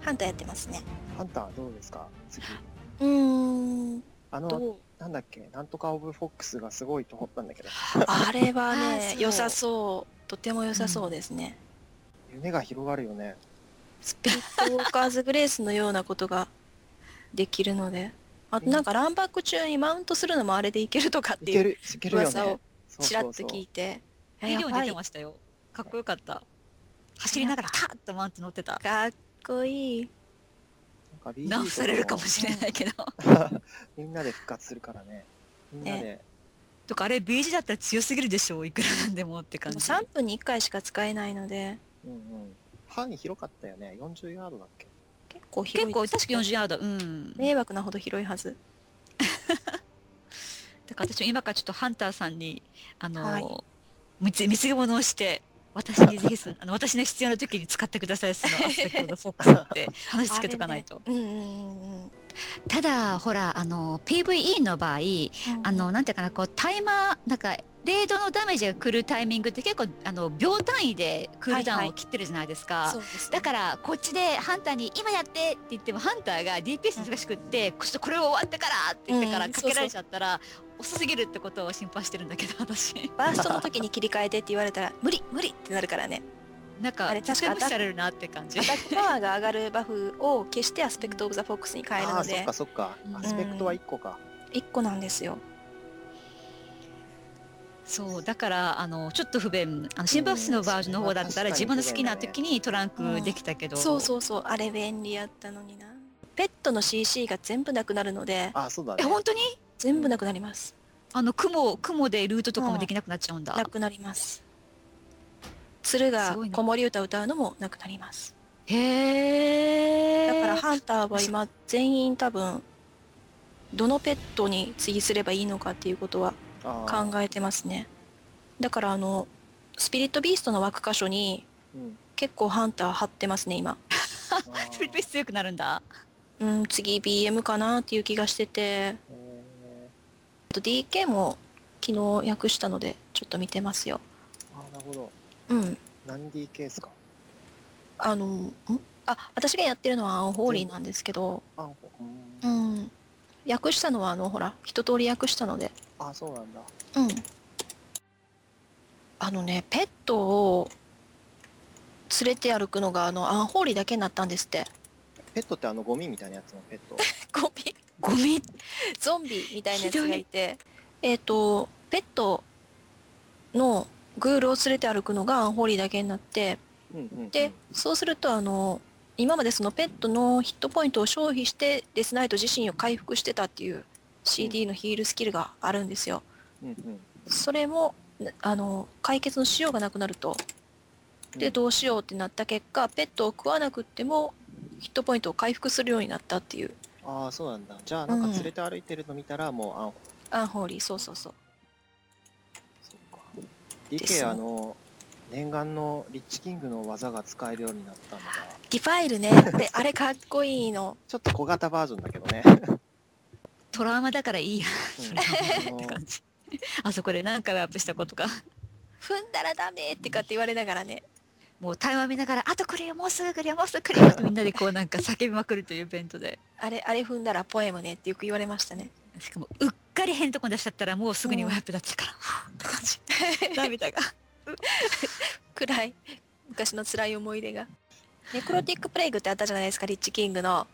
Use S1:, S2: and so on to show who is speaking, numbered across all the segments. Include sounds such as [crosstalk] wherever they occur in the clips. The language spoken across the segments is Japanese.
S1: ハンターやってますね。
S2: ハンターどうですか次。
S1: うーん
S2: あの、
S1: と
S2: なんだっけ、なんとかオブフォックスがすごいと思ったんだけど、
S1: あれは
S3: あー
S1: ね
S3: そう
S1: 良さそうとても良さそうですね。
S2: 夢が広がるよね。
S1: スピットウォーカーズ・グレースのようなことができるのであとなんかランバック中にマウントするのもあれでいけるとかっ
S2: い
S1: て
S2: け
S1: いう
S2: る、いけるよね。
S1: 噂を
S2: そう
S1: ちらっ
S2: そ
S1: と
S2: うそう
S1: 聞いてあ
S3: ビ
S1: や
S3: デオに
S1: ば
S3: 出て
S1: い
S3: ましたよかっこよかった走りながらタッとマウント乗ってた
S1: かっこいい
S2: なんか BG
S3: 直されるかも
S2: と
S3: しれないけど
S2: みんなで復活するからね。みんなで、
S3: とかあれ BG だったら強すぎるでしょいくらなんでもって感じ
S1: 3分に1回しか使えないので
S2: うんうん。範囲広かったよね。40ヤードだっけ。
S1: 結構広
S3: 結
S1: い
S3: 構確か40ヤードうん
S1: 迷惑なほど広いはず
S3: だから私も今からちょっとハンターさんにあの、
S1: はい
S3: 貢貢ぎ物をして私にぜひそのあの私の必要な時に使ってくださいそのアスペクトのフォックスって話つけとかないと、
S1: あれねうんうんうんうん
S3: ただほらあの PVE の場合あのなんていうかなこうタイマーなんかレードのダメージが来るタイミングって結構あの秒単位でクールダ
S1: は
S3: ウ
S1: い
S3: ン
S1: はい
S3: を切ってるじゃないですか、
S1: そうですね
S3: だからこっちでハンターに「今やって!」って言ってもハンターが DPS 忙しくって「ちょっとこれを終わってから!」って言ってから
S1: うん
S3: かけられちゃったら、遅すぎるってことを心配してるんだけど
S1: [laughs]
S3: 私
S1: バーストの時に切り替えてって言われたら無理無理ってなるからね
S3: なんか
S1: あれ
S3: 絶対無視されるなって感
S1: [laughs]
S3: じ
S1: アタックパワーが上がるバフを消してアスペクト・オブ・ザ・フォックスに変える
S2: あ
S1: の
S2: あ、そっ
S1: で
S2: かそっか
S3: う。ん
S2: アスペクトは1個か。
S1: 1個なんですよ
S3: [laughs] そうだからあのちょっと不便あの新バースのバージョンの方だったら
S2: うんそ
S3: 自
S2: れ
S3: 分
S2: は
S3: の
S2: 確
S3: 好
S2: か
S3: き
S2: に
S3: な時にトランクできたけど、
S1: そうそうそうあれ便利やったのになペットの CC が全部なくなるので
S2: ああ、そうだ
S3: え
S2: ね。
S3: 本当に
S1: 全部なくなります
S3: あの雲雲でルートとかもできなくなっちゃうんだ、
S1: なくなります鶴が
S3: すごいな
S1: 子守歌歌うのもなくなります
S3: へえ
S1: だからハンターは今全員多分どのペットに次すればいいのかっていうことは
S2: あー
S1: 考えてますねだからあのスピリットビーストの枠箇所に [laughs]
S2: うん
S1: 結構ハンター張ってますね今
S2: あ
S3: スピリッ
S2: ー
S3: トス強くなるんだ
S1: うん次 BM かなっていう気がしてて
S2: え
S1: あと DK も昨日訳したのでちょっと見てますよ
S2: ーあー、なるほど。
S1: うん
S2: 何 D ケースか。
S1: あのんあ私がやってるのはアンホーリーなんですけど
S2: あ、うん
S1: う、ん訳したのはあのほら一通り訳したので
S2: あ、そうなんだ。
S1: うんあのねペットを連れて歩くのがあのアンホーリーだけになったんですって
S2: ペットってあのゴミみたいなやつのペット。
S1: ゴミ
S3: ゴミ
S1: ゾンビみたいなやつがいてえっ、とペットのグールを連れて歩くのがアンホーリーだけになって
S2: うんうんうん、
S1: でそうするとあの今までそのペットのヒットポイントを消費してデスナイト自身を回復してたっていう CD のヒールスキルがあるんですよ。
S2: うんうん、
S1: それもあの解決のしようがなくなるとでどうしようってなった結果ペットを食わなくってもヒットポイントを回復するようになったっていう
S2: ああそうなんだじゃあなんか
S1: うん
S2: 連れて歩いてるの見たらもうあ
S1: アンホーリーそうそうそう
S2: そうか
S1: ですね
S2: DK あの念願のリッチキングの技が使えるようになったのが
S1: ディファイルねであれかっこいいの
S2: ちょっと小型バージョンだけどね、
S3: トラウマだからいいや
S2: うんあの
S3: って感じあそこで何回もアップしたことか
S1: 踏んだらダメってかって言われながらね
S3: もう台湾見ながら「あと来るよもうすぐ来るよもうすぐ来るよ」ってみんなでこうなんか叫びまくるというイベントで
S1: あれあれ踏んだらポエムねってよく言われましたね
S3: しかもうっかり変なとこに出しちゃったらもうすぐに親子だったから、はぁって感じ涙が
S1: 暗い昔の辛い思い出がネクロティックプレイグってあったじゃないですかリッチキングの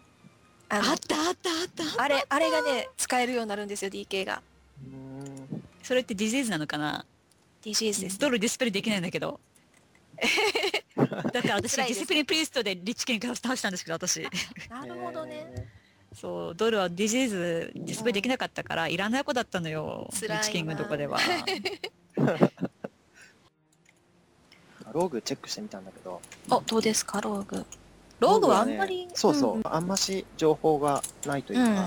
S1: あの
S3: あったあったあった
S1: あれあれがね使えるようになるんですよ DK が
S2: うーん
S3: それってディゼーズなのかな
S1: DCS ですね
S3: ドルディスプレイできないんだけどだから私
S1: 辛
S3: デ
S1: いで
S3: ィ
S1: す
S3: スプレイプリストでリッチケンから倒したんですけど私
S1: なるほどね、
S2: え
S3: そうドルはディジーズディスプレイできなかったから、いらない子だったのよ
S1: 辛い
S3: リ
S1: な
S3: ッチキングのとこ
S1: [laughs]
S3: では
S2: ーローグチェックしてみたんだけど
S1: おどうですかローグローグはあん
S2: ね
S1: まり、
S2: そうそう、あんまし情報がないという
S1: うん、
S2: か、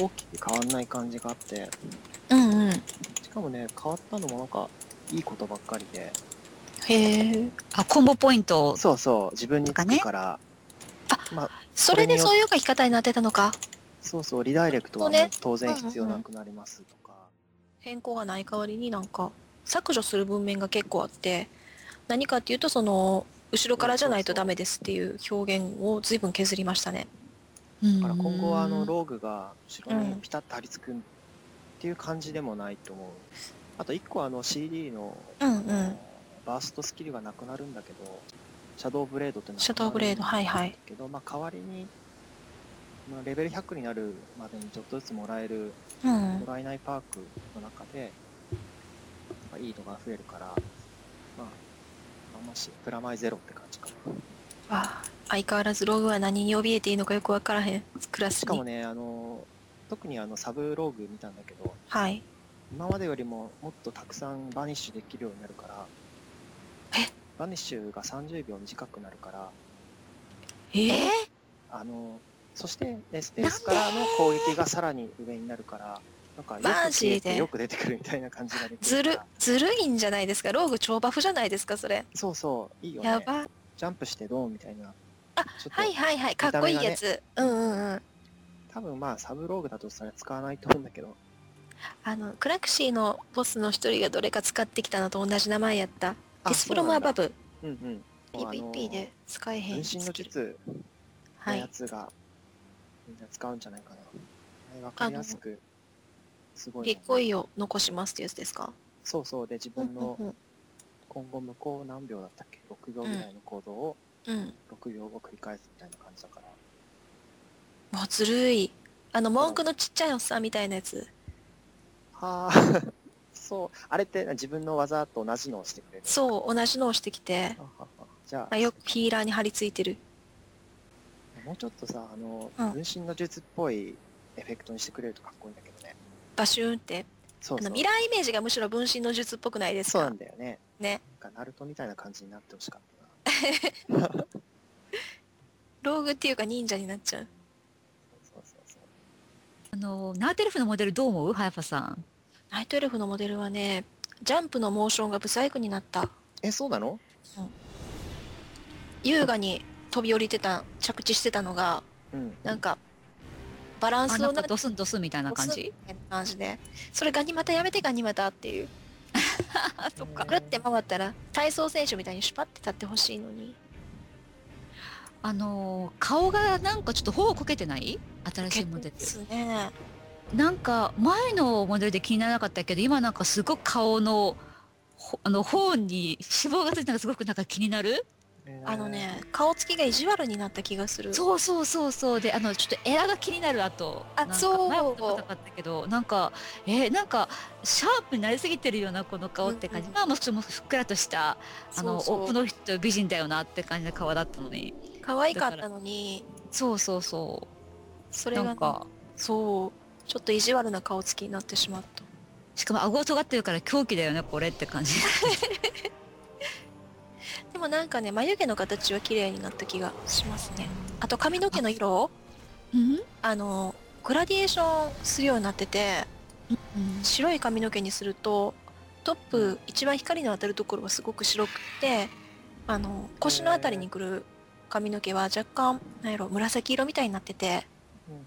S2: 大きく変わんない感じがあって
S1: うんうんへ
S2: しかもね変わったのもなんかいいことばっかりで
S1: え
S3: あコンボポイント
S2: そうそう自分につくから、
S1: それでそういう書き方になってたのか
S2: そうそうリダイレクトは
S1: そうね
S2: ね当然必要なくなりますとか、
S1: 変更がない代わりになんか削除する文面が結構あって何かっていうとその後ろからじゃないとダメですっていう表現を随分削りましたね。
S3: だ
S2: だから今後はあのローグが後ろ
S1: う
S2: に
S1: ん
S2: ピタッと張り付くっていう感じでもないと思う。あと1個あの CD の
S1: うんうん。
S2: バーストスキルがなくなるんだけど、シャドーブレードってなくなる
S1: シャドーブレードはいはい。
S2: けど、まあ、代わりに、まあ、レベル100になるまでにちょっとずつもらえる、
S1: うん
S2: も。らえないパークの中で、なんかいいのが増えるから、まあ、あんまし、プラマイゼロって感じかな。
S1: わあ相変わらずログは何に怯えていいのかよくわからへん。クラスに。
S2: しかもね、あの、特にあの、サブローグ見たんだけど、
S1: はい。
S2: 今までよりももっとたくさんバニッシュできるようになるから
S1: え
S2: バニッシュが30秒短くなるから
S1: えー
S3: え
S2: あのそしてエスエスからの攻撃がさらに上になるからなんかよ
S1: マ
S2: く
S1: ジで
S2: 消えてよく出てくるみたいな感じができ
S1: ずる
S2: るから、
S1: ずるいんじゃないですか。ローグ超バフじゃないですか、それ。
S2: そうそういいよ
S1: や
S2: ね
S1: ば。
S2: ジャンプしてドーンみたいな
S1: あ
S2: ちょっと
S1: はいはいはい。かっこいいやつ。うんうんうん。
S2: 多分まあサブローグだとそれ使わないと思うんだけど
S1: あの、クラクシーのボスの一人がどれか使ってきたのと同じ名前やった。
S2: あ
S1: ディスプロムアバブ。
S2: そうなんだうんうんもうあの
S1: PVP で使えへ
S2: 分
S1: ん
S2: 身
S1: ス
S2: の
S1: キル。
S2: 術
S1: は
S2: の
S1: い
S2: や。つがみんな使うんじゃないかな、はい、わかりやすくすごいもんね
S1: 立候意を残しますってやつですか。
S2: そうそうで自分の
S1: うん
S2: 今後向こう何秒だったっけ6秒ぐらいの行動を
S1: うんうん。
S2: 6秒後繰り返すみたいな感じだから
S1: もうずるい。あの、文句のちっちゃいおっさんみたいなやつ。
S2: はあそうあれって自分の技と同じのをしてくれる
S1: そう、同じのをしてきて
S2: あ。ははじゃあ
S1: あよくヒーラーに張り付いてる。
S2: もうちょっとさあの、
S1: うん
S2: 分身の術っぽいエフェクトにしてくれるとかっこいいんだけどね
S1: バシューンって。
S2: そ
S1: あ
S2: うそ
S1: の
S2: う
S1: ミラーイメージがむしろ分身の術っぽくないです
S2: そうな
S1: か
S2: んだよね
S1: ね。
S2: なんかナルトみたいな感じになってほしかったな
S1: ローグっていうか忍者になっちゃう。
S2: そうそうそう
S3: あのナーテルフのモデルどう思うハヤパさん
S1: ナイトエルフのモデルはね、ジャンプのモーションがブサイクになった。
S2: えそうなの
S1: 優雅に飛び降りてた、着地してたのが、
S2: うん
S1: なんか、バラン
S3: あ
S1: ス
S3: な
S1: の
S3: んか
S1: 中
S3: ドスンドスンみたいな感じ
S1: みたいな感じで。それガニ股やめてガニ股っていう。
S3: あ [laughs] そっか
S1: ぐるって回ったら、体操選手みたいにシュパって立ってほしいのに。
S3: あの顔がなんかちょっと頬こけてない新しいモ
S1: で
S3: デル
S1: すね。
S3: なんか前のモデルで気にならなかったけど今なんかすごく顔のほあの頬に脂肪がついてるのがすごくなんか気になる
S1: あのね、顔つきが意地悪になった気がする。
S3: そうそうそうそうであのちょっとエラが気になるあと
S1: あそう
S3: 前も見たことなかったけどなんかえーなんかシャープになりすぎてるようなこの顔って感じ、
S1: うんうん
S3: まあもうちょっとふっくらとしたあの
S1: そうそう
S3: おこの人美人だよなって感じの顔だったのに
S1: 可愛かったのに、
S3: そうそうそ
S1: そうれ
S3: な
S1: がね、
S3: んか
S1: そう、ちょっと意地悪な顔つきになってしまった。
S3: しかも顎尖ってるから狂気だよねこれって感じ
S1: でもなんかね、眉毛の形は綺麗になった気がしますね。あと髪の毛の色を、
S3: うん、
S1: あの、グラディエーションするようになってて、
S3: うん
S1: 白い髪の毛にすると、トップ、一番光の当たるところはすごく白くて、あの、腰のあたりにくる髪の毛は若干、なんやろ、紫色みたいになってて、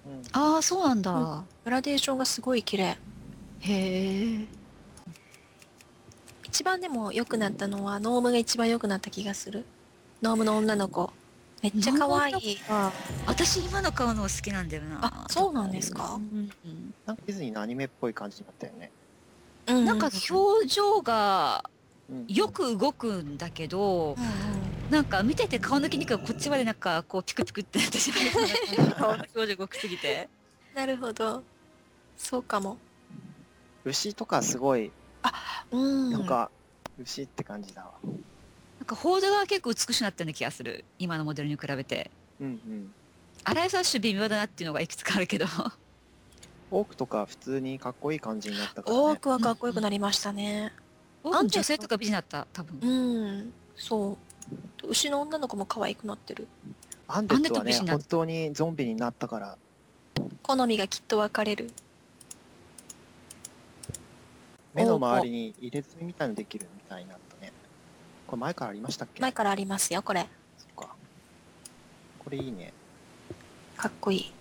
S2: うんうん
S3: ああそうなんだ、
S1: グラデーションがすごい綺麗。
S3: へえ
S1: 一番でも良くなったのはノームが一番良くなった気がするノームの女の子めっちゃ可愛いあ
S3: 私今の顔の好きなんだよな
S1: そうなんですか
S3: う、んうん
S2: なんかディズニーのアニメっぽい感じになったよね、
S1: うん、
S3: なんか表情が
S2: うん
S3: よく動くんだけ
S1: うん
S3: ど
S1: うん
S3: なんか見てて顔の筋肉がこっちまでなんかこうピクピクってなってしま [laughs] う顔の表情動くすぎて
S1: なるほどそうかも
S2: 牛とかすごい
S1: うん
S2: なんか、牛って感じだわ。
S3: なんか報道が結構美しくなったような気がする今のモデルに比べて
S2: うんうん。
S3: アライサッシュ微妙だなっていうのがいくつかあ
S1: [laughs]
S3: るけど
S2: オークとか普通にかっこいい感じになったから、ね。
S1: 多くはかっこよくなりましたね
S3: 多く女性とか美人だった多分
S1: うん、そう牛の女の子も可愛くなってる
S2: アンデッド
S3: アンデッド
S2: は
S3: 美
S2: ね、
S3: 人だ
S2: 本当にゾンビになったから、
S1: 好みがきっと分かれる
S2: 目の周りに入れ墨みたいのできるみたいになったね。これ前からありましたっけ
S1: 前からありますよこれ
S2: そっか。これいいね。
S1: かっこいい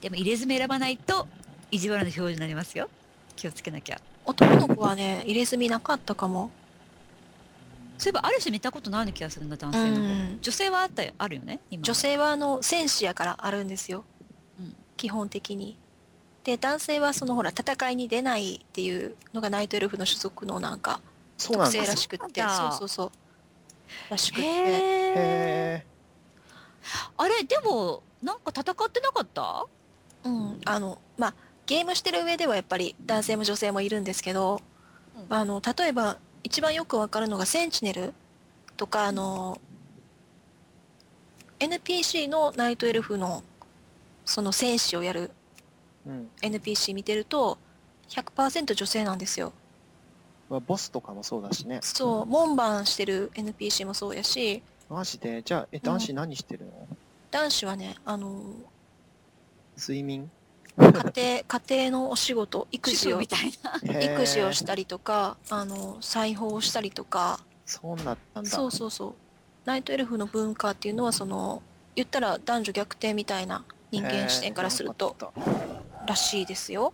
S3: でも入れ墨選ばないと意地悪な表情になりますよ気をつけなきゃ
S1: 男の子はね入れ墨なかったかも
S3: そういえばある種見たことないような気がするんだ男
S1: う
S3: 性の方
S1: ん、
S3: 女性はあったよあるよね今
S1: 女性はあの戦士やからあるんですよ、
S3: うん
S1: 基本的にで男性はそのほら戦いに出ないっていうのがナイトエルフの種族のなんか
S2: そう
S1: 特
S2: なんで
S1: 性ら
S2: す
S1: しくって
S3: そう
S1: そ
S3: なん
S1: う
S3: だ
S1: そうそうらしくって
S2: よ。
S3: へえ
S2: へ
S3: あれでもなんか戦ってなかった
S1: うんあのまあゲームしてる上ではやっぱり男性も女性もいるんですけど、
S3: うん
S1: あの例えば一番よくわかるのがセンチネルとかあの NPC のナイトエルフのその戦士をやる
S2: え。うん。
S1: NPC 見てると100%女性なんですよ
S2: まあボスとかもそうだしね。
S1: そう門番してる NPC もそうやし
S2: マジで、じゃあ、え、男子何してるの、
S1: 男子はねあの
S2: 睡眠。
S1: 家
S3: [laughs]
S1: 庭家庭のお仕事育児
S3: 主婦
S1: を
S3: みたいな
S1: 育児をしたたりとかあの裁縫をしたりとか
S2: そうなったんだ。
S1: そうそうそうナイトエルフの文化っていうのはその言ったら男女逆転みたいな人間視点からすると
S2: へー。
S1: らしいですよ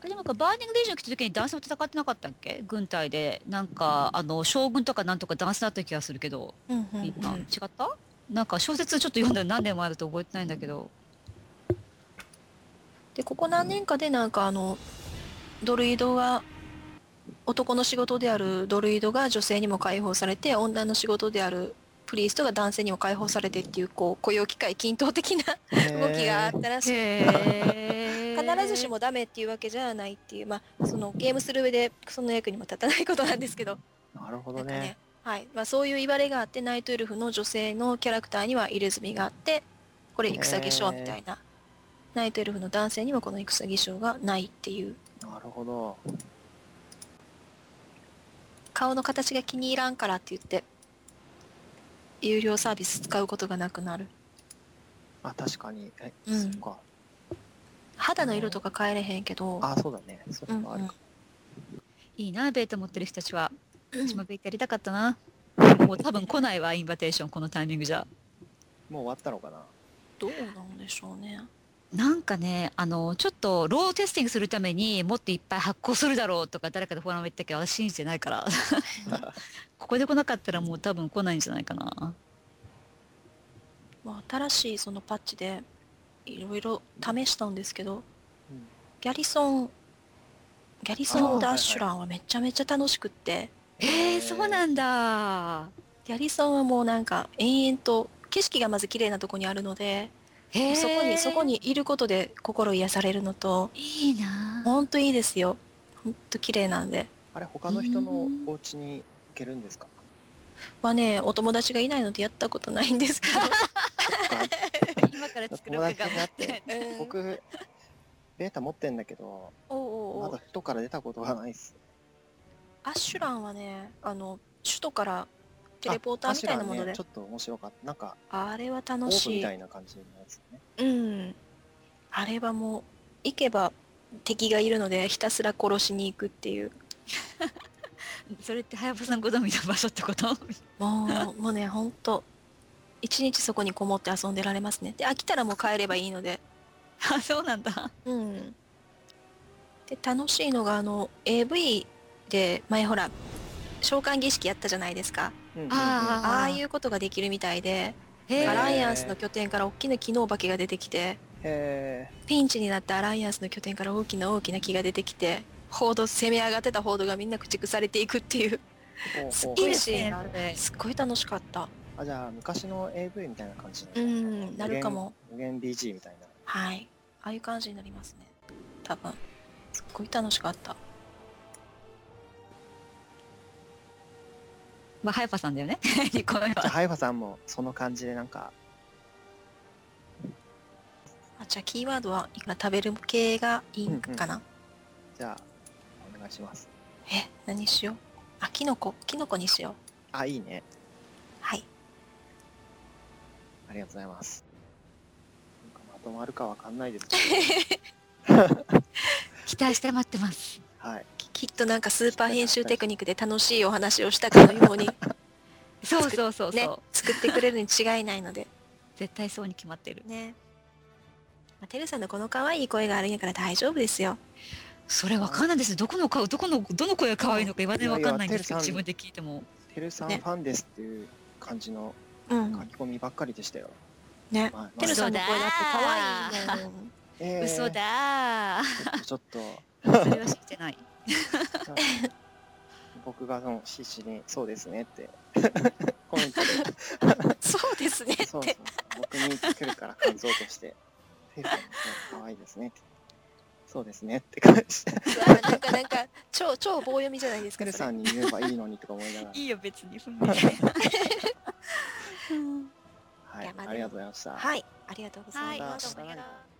S3: あれでもなんかバーニングデージョン来た時に男性も戦ってなかったっけ軍隊でなんかあの将軍とかなんとか男性だった気がするけど
S1: うんうんう
S3: みんなん違ったなんか小説ちょっと読んだの何年前だと覚えてないんだけど
S1: でここ何年かでなんかあのドルイドが男の仕事であるドルイドが女性にも解放されて女の仕事であるプリーストが男性にも解放されてっていうこう雇用機会均等的な [laughs] 動きがあったらしい
S3: へ
S1: 必ずしもダメっていうわけじゃないっていうまあそのゲームする上でその役にも立たないことなんですけど
S2: なるほ
S1: な
S2: ど
S1: んか
S2: ね
S1: ね。はいまあ、そういう言われがあってナイトエルフの女性のキャラクターには入れ墨があってこれ戦化粧みたいなナイトエルフの男性にはこの戦化粧がないっていう
S2: なるほど。
S1: 顔の形が気に入らんからって言って有料サービス使うことがなくなる
S2: あ、確かに。え、
S1: うん
S2: そっか。
S1: 肌の色とか変えれへんけど
S2: あ、そうだね。そうれ
S1: ん
S2: もあるか。
S3: いいなベータ持ってる人たちは
S1: うん
S3: 私もベータやりたかったなもう多分来ないわインバテーションこのタイミングじゃ
S2: もう終わったのかな。
S1: どうなんでしょうね
S3: なんかねあのちょっとローテスティングするためにもっといっぱい発行するだろうとか誰かでフォーラム言ったけど私信じてないから
S1: [laughs]
S3: ここで来なかったらもう多分来ないんじゃないかな
S1: まあ、新しいそのパッチでいろいろ試したんですけど、
S2: うん
S1: ギャリソンギャリソン・ダッシュランはめちゃめちゃ楽しくって、
S3: えー、そうなんだ
S1: ギャリソンはもうなんか延々と景色がまず綺麗なとこにあるので、
S3: へー
S1: そこにそこにいることで心癒されるのと
S3: いいな
S1: ほんといいですよほんと綺麗なんで
S2: あれ、他の人のお家に行ける
S1: [laughs]
S2: んですか
S1: まあねお友達がいないのでやったことないんですけど
S2: [laughs]
S3: 今から作ろ
S2: 友
S3: う
S2: 達
S3: か頑
S2: に
S3: 張
S2: なっ
S3: って
S1: [laughs]
S2: て。僕、ベータ持ってんだけど、
S1: おうおうお
S2: ま
S1: う
S2: だ人から出たことがないっす。
S1: アッシュランはねあの首都からテレポーターみたいなもの
S2: あ
S1: で
S2: 柱ね、ちょっと面白かった。なんか、
S1: あれは
S2: オ
S1: 楽
S2: ーブ
S1: し
S2: み
S1: い
S2: たいな感じのやつね。
S1: うん、あれはもう行けば敵がいるのでひたすら殺しに行くっていう
S3: [laughs] それってはやぶさん好みの場所ってこと
S1: もう [laughs] もうねほんと一日そこにこもって遊んでられますねで飽きたらもう帰ればいいので
S3: [laughs] あそうなんだ
S1: うんで楽しいのがあの AV で前ほら召喚儀式やったじゃないですか
S2: うんうんうん
S3: あ
S1: ああいうことができるみたいで
S3: へ
S2: ー
S1: アライアンスの拠点から大きな木のお化けが出てきて
S2: へ
S1: ピンチになったアライアンスの拠点から大きな大きな木が出てきて、報道攻め上がってた報道がみんな駆逐されていくっていう、
S2: ーほうほう
S1: いいですね
S3: ね
S1: すっごい楽しかった。
S2: あじゃあ昔の AV みたいな感じ
S1: う
S2: になるね
S1: ん、なるかも。
S2: 無限無限 BG みたいな
S1: はい。ああいう感じになりますね。多分。すっごい楽しかった。
S3: まあはやぱさんだよ [laughs] ね二個目
S2: じゃあ
S3: は
S2: ハイファさんもその感じでなんか
S1: あじゃあ、キーワードはいくら食べる系がいいんかな、
S2: じゃあお願いします
S1: え、何しようあ、キノコ。キノコにしよ
S2: あいいね
S1: う。はい。
S2: ありがとうございますなんかまとまるかわかんないですけ
S1: [laughs]
S3: 期待して待ってます
S2: どはい
S1: ききっとなんかスーパー編集テクニックで楽しいお話をしたかのように、
S3: そうそうそうそう、
S1: ね、作ってくれるに違いないので。
S3: 絶対そうに決まってる
S1: ね。まあ、てるさんのこの可愛い声があるんやから大丈夫ですよ。
S3: それわかんないですどこの顔どこのどの声が可愛いのか言われわかんないんですけ
S2: い
S3: ど
S2: や
S3: 自
S2: いや
S3: 分で聞いても
S2: テルさんフ
S1: ね
S2: ァンですっていう感じの
S1: うん
S2: 書き込みばっかりでしたよ。
S1: ね
S2: まあまあ
S1: てるさんの声だって可愛いもん
S2: えー
S3: 嘘だー
S2: ちょっと、
S3: [laughs] それは知ってない
S2: ち
S1: [laughs]
S2: ょっと僕がその獅子に、そうです
S1: [laughs]
S2: ねって、コメントで
S1: [laughs] そうですねっ
S2: そうそ
S1: て
S2: う。僕に来るから感想として。テルさんの声可愛いですねって。そうですねって感じ。
S1: うわなんかなんか超超棒読みじゃないですか
S2: テル
S1: それ
S2: さんに言えばいいのにとか思いながら。
S3: いよ別にふん
S2: はい
S3: [laughs]
S1: いやまあで、も
S2: ありがとうございました。
S1: はいありがとうございま
S2: はい
S1: した
S2: さよなら